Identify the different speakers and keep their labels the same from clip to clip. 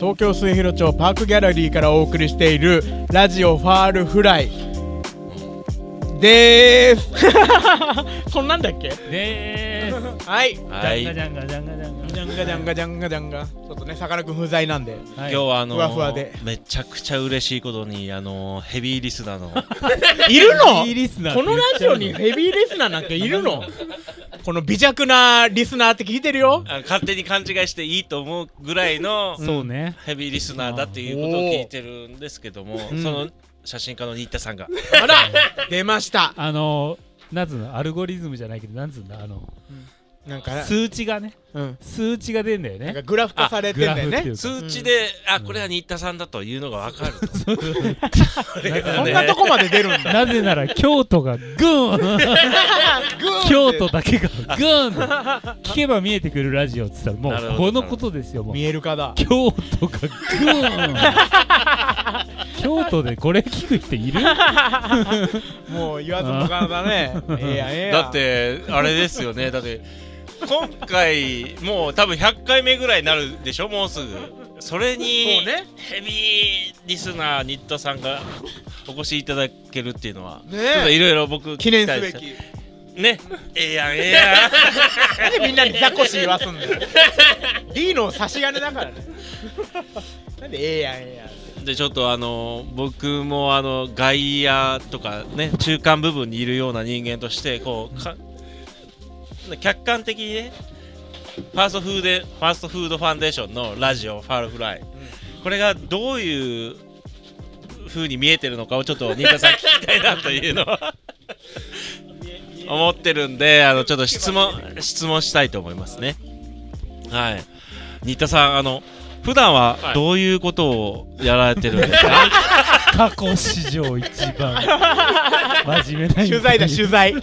Speaker 1: 東京末広町パークギャラリーからお送りしているラジオファールフライでーす そんなんだっけ
Speaker 2: でー
Speaker 1: はい
Speaker 2: す。
Speaker 3: は
Speaker 2: はい。
Speaker 3: い今
Speaker 2: 今日はジャンガジャンガジ
Speaker 1: ジ
Speaker 2: ャ
Speaker 1: ャン
Speaker 2: ンガ。
Speaker 1: ガジャンガジャンガジャンガちょっとねさかなクン不在なんで
Speaker 2: は
Speaker 3: あ
Speaker 2: い
Speaker 3: のー
Speaker 1: ふわふわで
Speaker 3: めちゃくちゃ嬉しいことにあのーヘビーリスナーの
Speaker 1: いるの
Speaker 2: ヘビーリスナー
Speaker 1: このラジオにヘビーリスナーなんているの この微弱なリスナーって聞いてるよ
Speaker 3: あ 勝手に勘違いしていいと思うぐらいの
Speaker 2: そうね。
Speaker 3: ヘビーリスナーだっていうことを聞いてるんですけども、
Speaker 1: うん
Speaker 3: その写真家の新田さんが
Speaker 1: あら出ました
Speaker 2: あのー、なんつうの、アルゴリズムじゃないけど、なんつうんだ、あの、
Speaker 1: なんか、
Speaker 2: 数値がね、
Speaker 1: うん、
Speaker 2: 数値が出んだよ
Speaker 1: なん
Speaker 2: ね
Speaker 1: か。グラフ化されてんだよ
Speaker 2: グラフってい
Speaker 1: ね
Speaker 2: うか
Speaker 3: 通知で、あこれは新田さんだというのが分かると
Speaker 1: そんなとこまで出るん だ
Speaker 2: なぜなら京都がグーン京都だけがグーン聞けば見えてくるラジオっつったらも
Speaker 3: なる
Speaker 2: う
Speaker 3: ほ
Speaker 2: こ
Speaker 3: ど
Speaker 2: のことですよもう
Speaker 1: 見える化だ
Speaker 2: 京都がグーン京都でこれ聞く人いる
Speaker 1: もう言わずもがなだ ね。ええやんええやん
Speaker 3: だっ。てあれですよねだって今回もう多分100回目ぐらいになるでしょもうすぐそれに
Speaker 1: そうね
Speaker 3: ヘビーリスナー新田さんがお越しいただけるっていうのは、
Speaker 1: ねえ
Speaker 3: ちょっといろいろ僕
Speaker 1: 記念すべ
Speaker 3: 期待し
Speaker 1: き。
Speaker 3: たねええやんええや
Speaker 1: な
Speaker 3: ん
Speaker 1: んでみんなにザコシ言わすんだよ。D の差し金だからね。なんでええやんええやん。
Speaker 3: でちょっとあの僕もあの外野とかね中間部分にいるような人間としてこうか客観的にねファーストフードファーストフードファンデーションのラジオ「ファールフライ」これがどういう風に見えてるのかをちょっと新田さん聞きたいなというのは思ってるんであのちょっと質問質問したいと思いますねはい新田さんあの普段はどういうことをやられてるんですか、
Speaker 2: 過去史上一番真面目な
Speaker 1: 取材だ取材。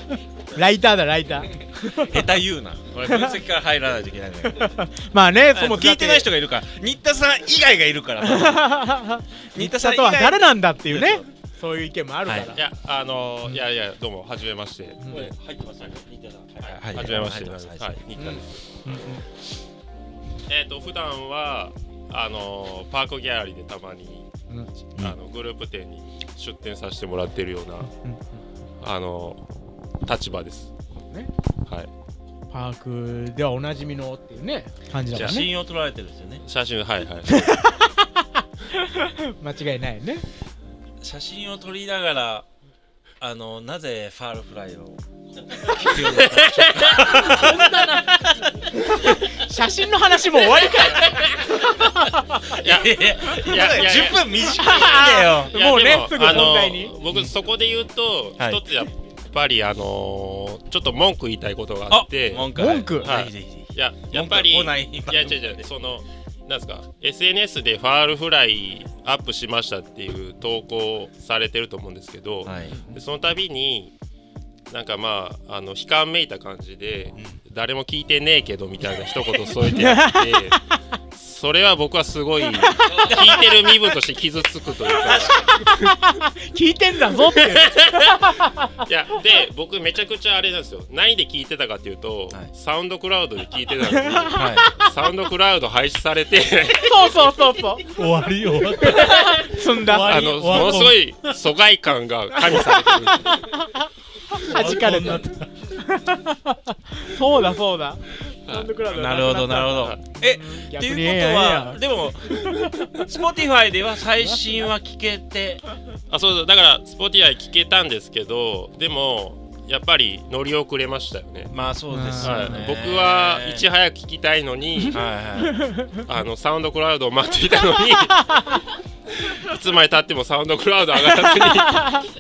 Speaker 1: ライターだライター。
Speaker 3: 下手言うなこれ分析から入らないといけないんだけど
Speaker 1: まあね、そ
Speaker 3: そ
Speaker 1: の
Speaker 3: の聞いてない人がいるから新田さん以外がいるから新田
Speaker 1: だ
Speaker 3: さ
Speaker 1: って。
Speaker 3: ん以
Speaker 1: とは
Speaker 3: 外
Speaker 1: 誰なんだっていうね。そういう意見もあるか
Speaker 3: は
Speaker 1: ら
Speaker 3: い。
Speaker 4: いや、あのーいやいや、どうも、はじめまして。
Speaker 3: これ入ってますよね新田さん
Speaker 4: はい、はじめまして。はい、新田です。えっと、普段は、あのーパークギャラリーでたまに、あの、グループ展に出展させてもらってるような、あのー立場です。
Speaker 1: ね
Speaker 4: はい、
Speaker 1: パークではおなじみのっていうね感じだ
Speaker 3: 写
Speaker 1: もんね。
Speaker 3: 真を撮られてるんですよね
Speaker 4: 写真、はい、はい。
Speaker 1: 間違いないよね。
Speaker 3: 写真を撮りながらあのなぜファールフライを聞くようになったんでしょうか
Speaker 1: 写真の話もう終わりかよ。
Speaker 3: いやいや いや
Speaker 4: いやいや
Speaker 3: 10分短いんだよ
Speaker 4: いや
Speaker 1: もうね
Speaker 4: でも
Speaker 1: すぐ本題
Speaker 4: あ
Speaker 1: に
Speaker 4: のー僕、そこで言うと、
Speaker 3: はい
Speaker 4: 一つやっぱり、あのーちょっと文句言いたいことがあって。
Speaker 3: 文句
Speaker 1: 文句
Speaker 3: はいぜひぜひ
Speaker 4: いや、やっぱり、
Speaker 3: 文句が来ない
Speaker 4: いや、違う違う、その、なんですか、SNS でファールフライアップしましたっていう投稿されてると思うんですけど、
Speaker 3: はい
Speaker 4: でその度に、なんかまあ、あの悲観めいた感じで、誰も聞いてねえけどみたいな一言添えてあ って、それは僕はすごい、聞いてる身分として傷つくというか。
Speaker 1: 聞いてんだぞ っていう。
Speaker 4: いやで僕めちゃくちゃあれなんですよ何で聞いてたかっていうと、
Speaker 3: はい
Speaker 4: サウンドクラウドで聞いてたんで
Speaker 3: はい
Speaker 4: サウンドクラウド廃止されて
Speaker 1: そうそうそうそう。
Speaker 2: 終わり終わった
Speaker 1: 積んだ。
Speaker 4: あ
Speaker 2: 終わ
Speaker 4: のものすごい疎外感が加味されてる
Speaker 1: 弾かれた。 そうだそうだ。サウンドクラウドが
Speaker 3: な
Speaker 1: な
Speaker 3: るほどなる
Speaker 1: ほ
Speaker 3: ほどえって
Speaker 1: 逆にええ
Speaker 3: い
Speaker 1: やん
Speaker 3: うこと
Speaker 1: ええや
Speaker 3: は
Speaker 1: ん
Speaker 3: でも Spotify では最新は聞け て
Speaker 4: あそうそうだからスポティアイ聞けたんですけどでもやっぱり乗り遅れましたよね
Speaker 3: まあそうです
Speaker 4: は
Speaker 3: よ
Speaker 4: い
Speaker 3: ね、
Speaker 4: 僕はいち早く聞きたいのに
Speaker 3: はいはい
Speaker 4: あのサウンドクラウドを待っていたのに いつまで たってもサウンドクラウド上がらず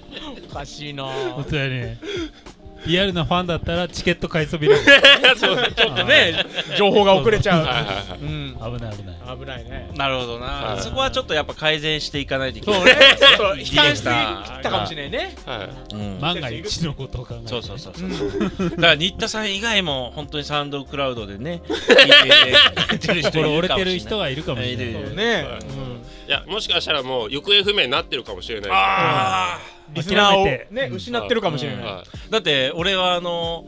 Speaker 4: に
Speaker 1: おかしいな
Speaker 2: 本当やねリアルなファンだったらチケット買いそびれる
Speaker 3: そうちょっとね
Speaker 1: 情報が遅れちゃう。
Speaker 4: はいはいはい
Speaker 1: うん
Speaker 2: 危ない危ない
Speaker 1: 危ないね。
Speaker 3: なるほどな、
Speaker 4: はい
Speaker 3: そこはちょっとやっぱ改善していかないといけない
Speaker 1: そう ね。ちょっと悲観しすぎ
Speaker 3: ディレクター
Speaker 1: たかもしれないね。
Speaker 4: はい
Speaker 3: うん
Speaker 2: 万が一のことを考えて
Speaker 3: そうそうそうそううんだから新田さん以外も本当にサウンドクラウド でね聞いてる人い
Speaker 2: 心
Speaker 3: る
Speaker 2: 折
Speaker 3: か
Speaker 2: れ
Speaker 3: もしれな
Speaker 2: てる
Speaker 3: い
Speaker 2: 人はいるかもしれ
Speaker 3: い
Speaker 2: ない
Speaker 3: る
Speaker 1: ね
Speaker 4: は
Speaker 1: う
Speaker 4: い
Speaker 1: ん
Speaker 4: いやもしかしたらもう行方不明になってるかもしれない
Speaker 3: あ
Speaker 1: リスナーを
Speaker 2: 諦めて
Speaker 1: ね
Speaker 2: うん
Speaker 1: 失ってるかもしれない。
Speaker 4: は
Speaker 3: ーだって俺はあの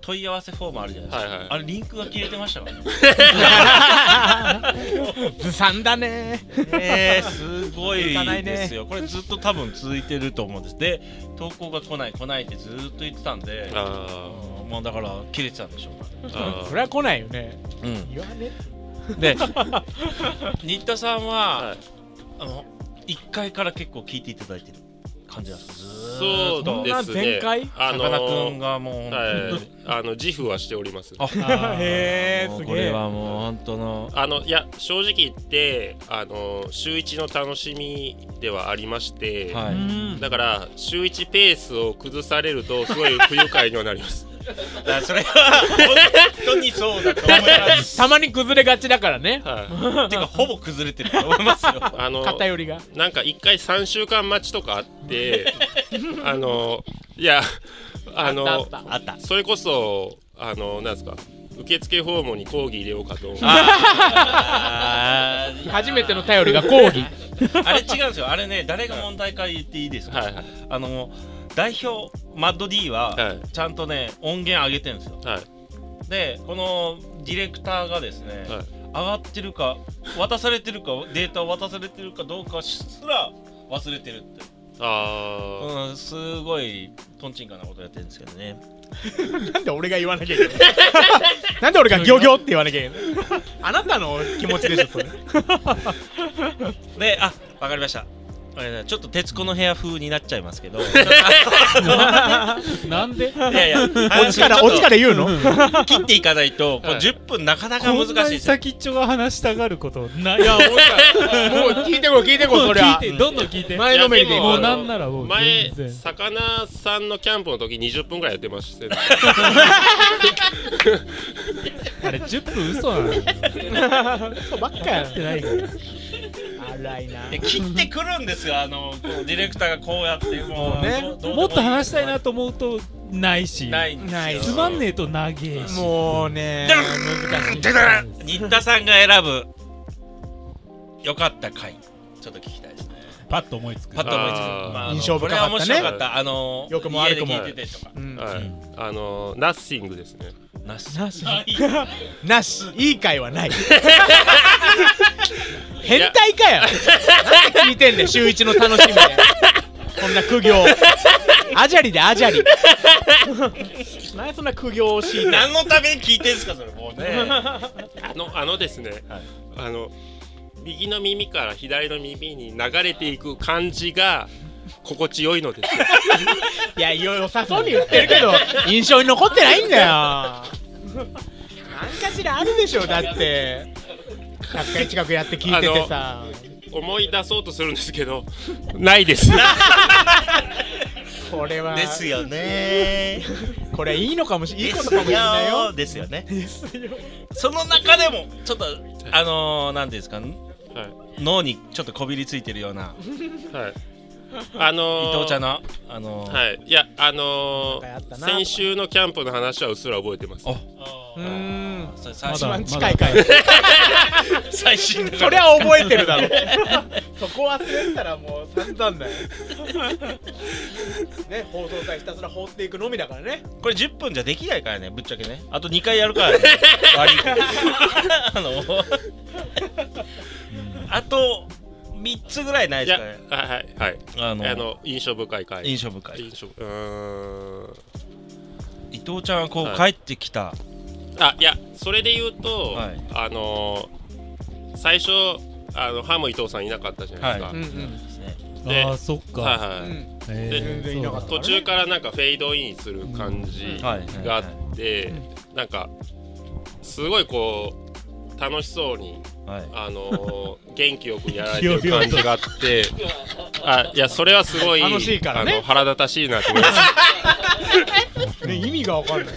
Speaker 3: 問い合わせフォームあるじゃないですか、
Speaker 4: はいはい
Speaker 3: あれリンクが消えてましたからね
Speaker 1: ずさんだね。
Speaker 3: えー、すごい
Speaker 1: いかないね
Speaker 3: ですよ、これずっと多分続いてると思うんですで投稿が来ない来ないってずっと言ってたんで
Speaker 4: いあ
Speaker 3: うんもうだから切れてたんでしょうか
Speaker 4: ー あ
Speaker 1: そ
Speaker 4: ー
Speaker 1: れは来ないよね。
Speaker 3: うん
Speaker 1: 言わね。
Speaker 3: で新田さんは、
Speaker 4: はい
Speaker 3: あの1階から結構聞いていただいてる感じなんですかずー
Speaker 4: そ
Speaker 3: っ
Speaker 4: う
Speaker 3: と
Speaker 4: で
Speaker 1: そん
Speaker 4: す
Speaker 1: な
Speaker 4: ね
Speaker 1: 全開
Speaker 4: あの
Speaker 3: さかなクン
Speaker 4: ー
Speaker 3: がもう本当に、
Speaker 4: はいあの自負はしております
Speaker 3: あ
Speaker 2: あー
Speaker 1: へえ
Speaker 3: もう
Speaker 1: す
Speaker 3: こ
Speaker 1: げ
Speaker 3: れ
Speaker 1: え。
Speaker 3: はもう本当の
Speaker 4: あのいや正直言ってあの週一の楽しみではありまして、
Speaker 3: は
Speaker 2: う
Speaker 3: い
Speaker 2: ん
Speaker 4: だから週一ペースを崩されるとすごい不愉快にはなります
Speaker 3: だからそれは本当にそうだと思いま す
Speaker 1: たまに崩れがちだからね。
Speaker 4: はい
Speaker 3: てかほぼ崩れてると思いますよ
Speaker 4: あの
Speaker 1: 偏りが。
Speaker 4: なんか一回3週間待ちとかあって あのいやあの
Speaker 1: あったあっ
Speaker 3: あった
Speaker 4: それこそあのなんですか受付訪問に講義入れようかと
Speaker 3: あ
Speaker 1: た初めての頼りが抗議。
Speaker 3: あれ違うんですよあれね誰が問題か言っていいですか、
Speaker 4: はいはい
Speaker 3: あの代表マッド D
Speaker 4: は
Speaker 3: はいちゃんとね音源上げてるんですよ
Speaker 4: はい
Speaker 3: でこのディレクターがですね、
Speaker 4: はい
Speaker 3: 上がってるか渡されてるかデータを渡されてるかどうかすら忘れてるって
Speaker 4: あー
Speaker 3: うんすごいとんちんかなことやってるんですけどね
Speaker 1: なんで俺が言わなきゃいけない。 なんで俺がギョギョって言わなきゃいけない。 あなたの気持ちでしょそれ。
Speaker 3: であわかりましたあれねちょっと「徹子の部屋」風になっちゃいますけどい
Speaker 2: なんで
Speaker 3: やいや
Speaker 1: オチから
Speaker 3: 話を
Speaker 1: オ
Speaker 3: ち
Speaker 1: チ
Speaker 3: ょっ
Speaker 1: から言うの。
Speaker 3: と切っていかないとこう
Speaker 4: はい
Speaker 3: 10分なかなか難
Speaker 2: こん
Speaker 3: しい
Speaker 2: な
Speaker 3: で
Speaker 2: に
Speaker 3: すよ
Speaker 2: 先っちょが話したがることないや
Speaker 1: もう聞いてこい聞いてこいそれ
Speaker 2: 聞い
Speaker 1: は。
Speaker 2: てどんどん聞いて
Speaker 1: 前のめりで
Speaker 4: いや
Speaker 2: もう
Speaker 4: であ
Speaker 2: な
Speaker 4: の
Speaker 2: んならもう
Speaker 4: 前
Speaker 2: 全然
Speaker 4: 魚さんのキャンプの時20分ぐらいやってました よね
Speaker 2: あれ10分嘘なのよ
Speaker 1: ばっかや
Speaker 2: やってないから
Speaker 1: 荒いな
Speaker 3: で切ってくるんですよあのこうディレクターがこうやってもう
Speaker 1: ね
Speaker 3: どうどうでいい
Speaker 2: もっと話したいなと思うとないし
Speaker 3: ないんですよ
Speaker 1: ない
Speaker 2: つまんねえと長えし
Speaker 1: もうね
Speaker 3: ダラ
Speaker 1: 難しい
Speaker 3: だから新田さんが選ぶ良かった回ちょっと聞きたいですね
Speaker 2: パッと思いつく
Speaker 3: パッと思いつく
Speaker 4: あー
Speaker 3: まああの
Speaker 1: 印象深かったね
Speaker 3: これは面白かったあの
Speaker 1: 良くも悪くも
Speaker 3: 家で聞いててとか
Speaker 1: うん
Speaker 4: はいあのナッシングですね
Speaker 3: なし
Speaker 1: なし
Speaker 3: はい
Speaker 1: なしいい会はない 変態かよなんで聞いてんねん週一の楽しみでこんな苦行アジャリでアジ ャリなんでそんな苦行をしいてんの
Speaker 3: 何のために聞いてんすかそれもうね
Speaker 4: あのあのですね、あの右の耳から左の耳に流れていく感じが心地よいのです よ
Speaker 1: いや良さそうに言ってるけど印象に残ってないんだよ何かしらあるでしょだって100回近くやって聞いててさ
Speaker 4: 思い出そうとするんですけどな いです
Speaker 1: これは
Speaker 3: ですよね
Speaker 1: これいいのかもしいい
Speaker 3: で
Speaker 1: こと
Speaker 3: す
Speaker 1: かもしれないよ
Speaker 3: よですよねその中でもちょっとあのーなんていうんですか
Speaker 4: は、
Speaker 3: 脳にちょっとこびりついてるようない
Speaker 4: はい、あのー
Speaker 3: 伊藤ちゃんのあのー
Speaker 4: はいいやあの
Speaker 1: なんかやった
Speaker 4: ー、
Speaker 1: なとか
Speaker 4: 先週のキャンプの話はうっすら覚えてます
Speaker 3: お
Speaker 1: うーん
Speaker 3: それ最
Speaker 2: ま
Speaker 1: 一
Speaker 2: だ
Speaker 3: 新
Speaker 1: 番近い回
Speaker 3: 最新だから
Speaker 1: そりゃ覚えてるだろうそこ忘れてたらもう散々だよね放送回ひたすら放っていくのみだからね
Speaker 3: これ10分じゃできないからねぶっちゃけねあと2回やるからね悪いけどあのあと3つぐらいない
Speaker 4: い
Speaker 3: で
Speaker 4: や
Speaker 3: すかね
Speaker 4: はいはいはい
Speaker 3: あの
Speaker 4: あの印象深い回
Speaker 3: 印象深い
Speaker 4: 印象うーん
Speaker 3: 伊藤ちゃんはこう、
Speaker 4: は
Speaker 3: 帰ってきた
Speaker 4: あいやそれで言うと、
Speaker 3: はい
Speaker 4: あのー最初あのハム伊藤さんいなかったじゃないですか、
Speaker 1: うん
Speaker 3: ですね
Speaker 4: で
Speaker 2: あーそっ
Speaker 4: はい
Speaker 2: か
Speaker 4: はい、
Speaker 1: うんうん
Speaker 2: え
Speaker 1: 全然いなか
Speaker 2: ー
Speaker 1: っ
Speaker 2: そう
Speaker 4: 途中からなんかフェードインする感じ
Speaker 3: はいはい
Speaker 4: があってなんかすごいこう楽しそうに
Speaker 3: はい
Speaker 4: あのー元気よくやられてる感じがあってあいやそれはすごい
Speaker 1: 楽しいからね
Speaker 4: あの腹立たしいなと思います
Speaker 1: ね、意味がわかんない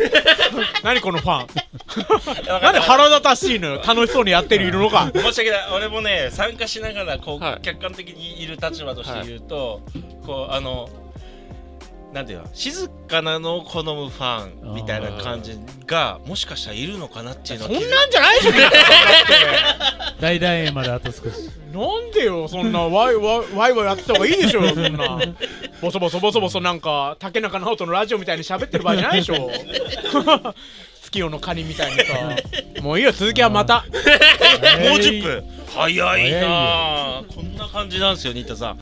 Speaker 1: 何このファンなんで腹立たしいのよ楽しそうにやってるいるのか
Speaker 3: 申し訳ない俺もね参加しながらこう、
Speaker 4: はい
Speaker 3: 客観的にいる立場として言うと、こうあのなんていうの静かなのを好むファンみたいな感じがもしかしたらいるのかなっていうの
Speaker 1: そ
Speaker 3: は
Speaker 1: んなんじゃないでしょみんな
Speaker 2: 大団円まであと少し
Speaker 1: なんでよそんなワイワイワイワイやってた方がいいでしょそんなボソボソボソボソなんか竹中直人のラジオみたいに喋ってる場合じゃないでしょ 月夜のカニみたいにさもういいよ続きはまた
Speaker 3: もう10分早いなあこんな感じなんですよ新田さん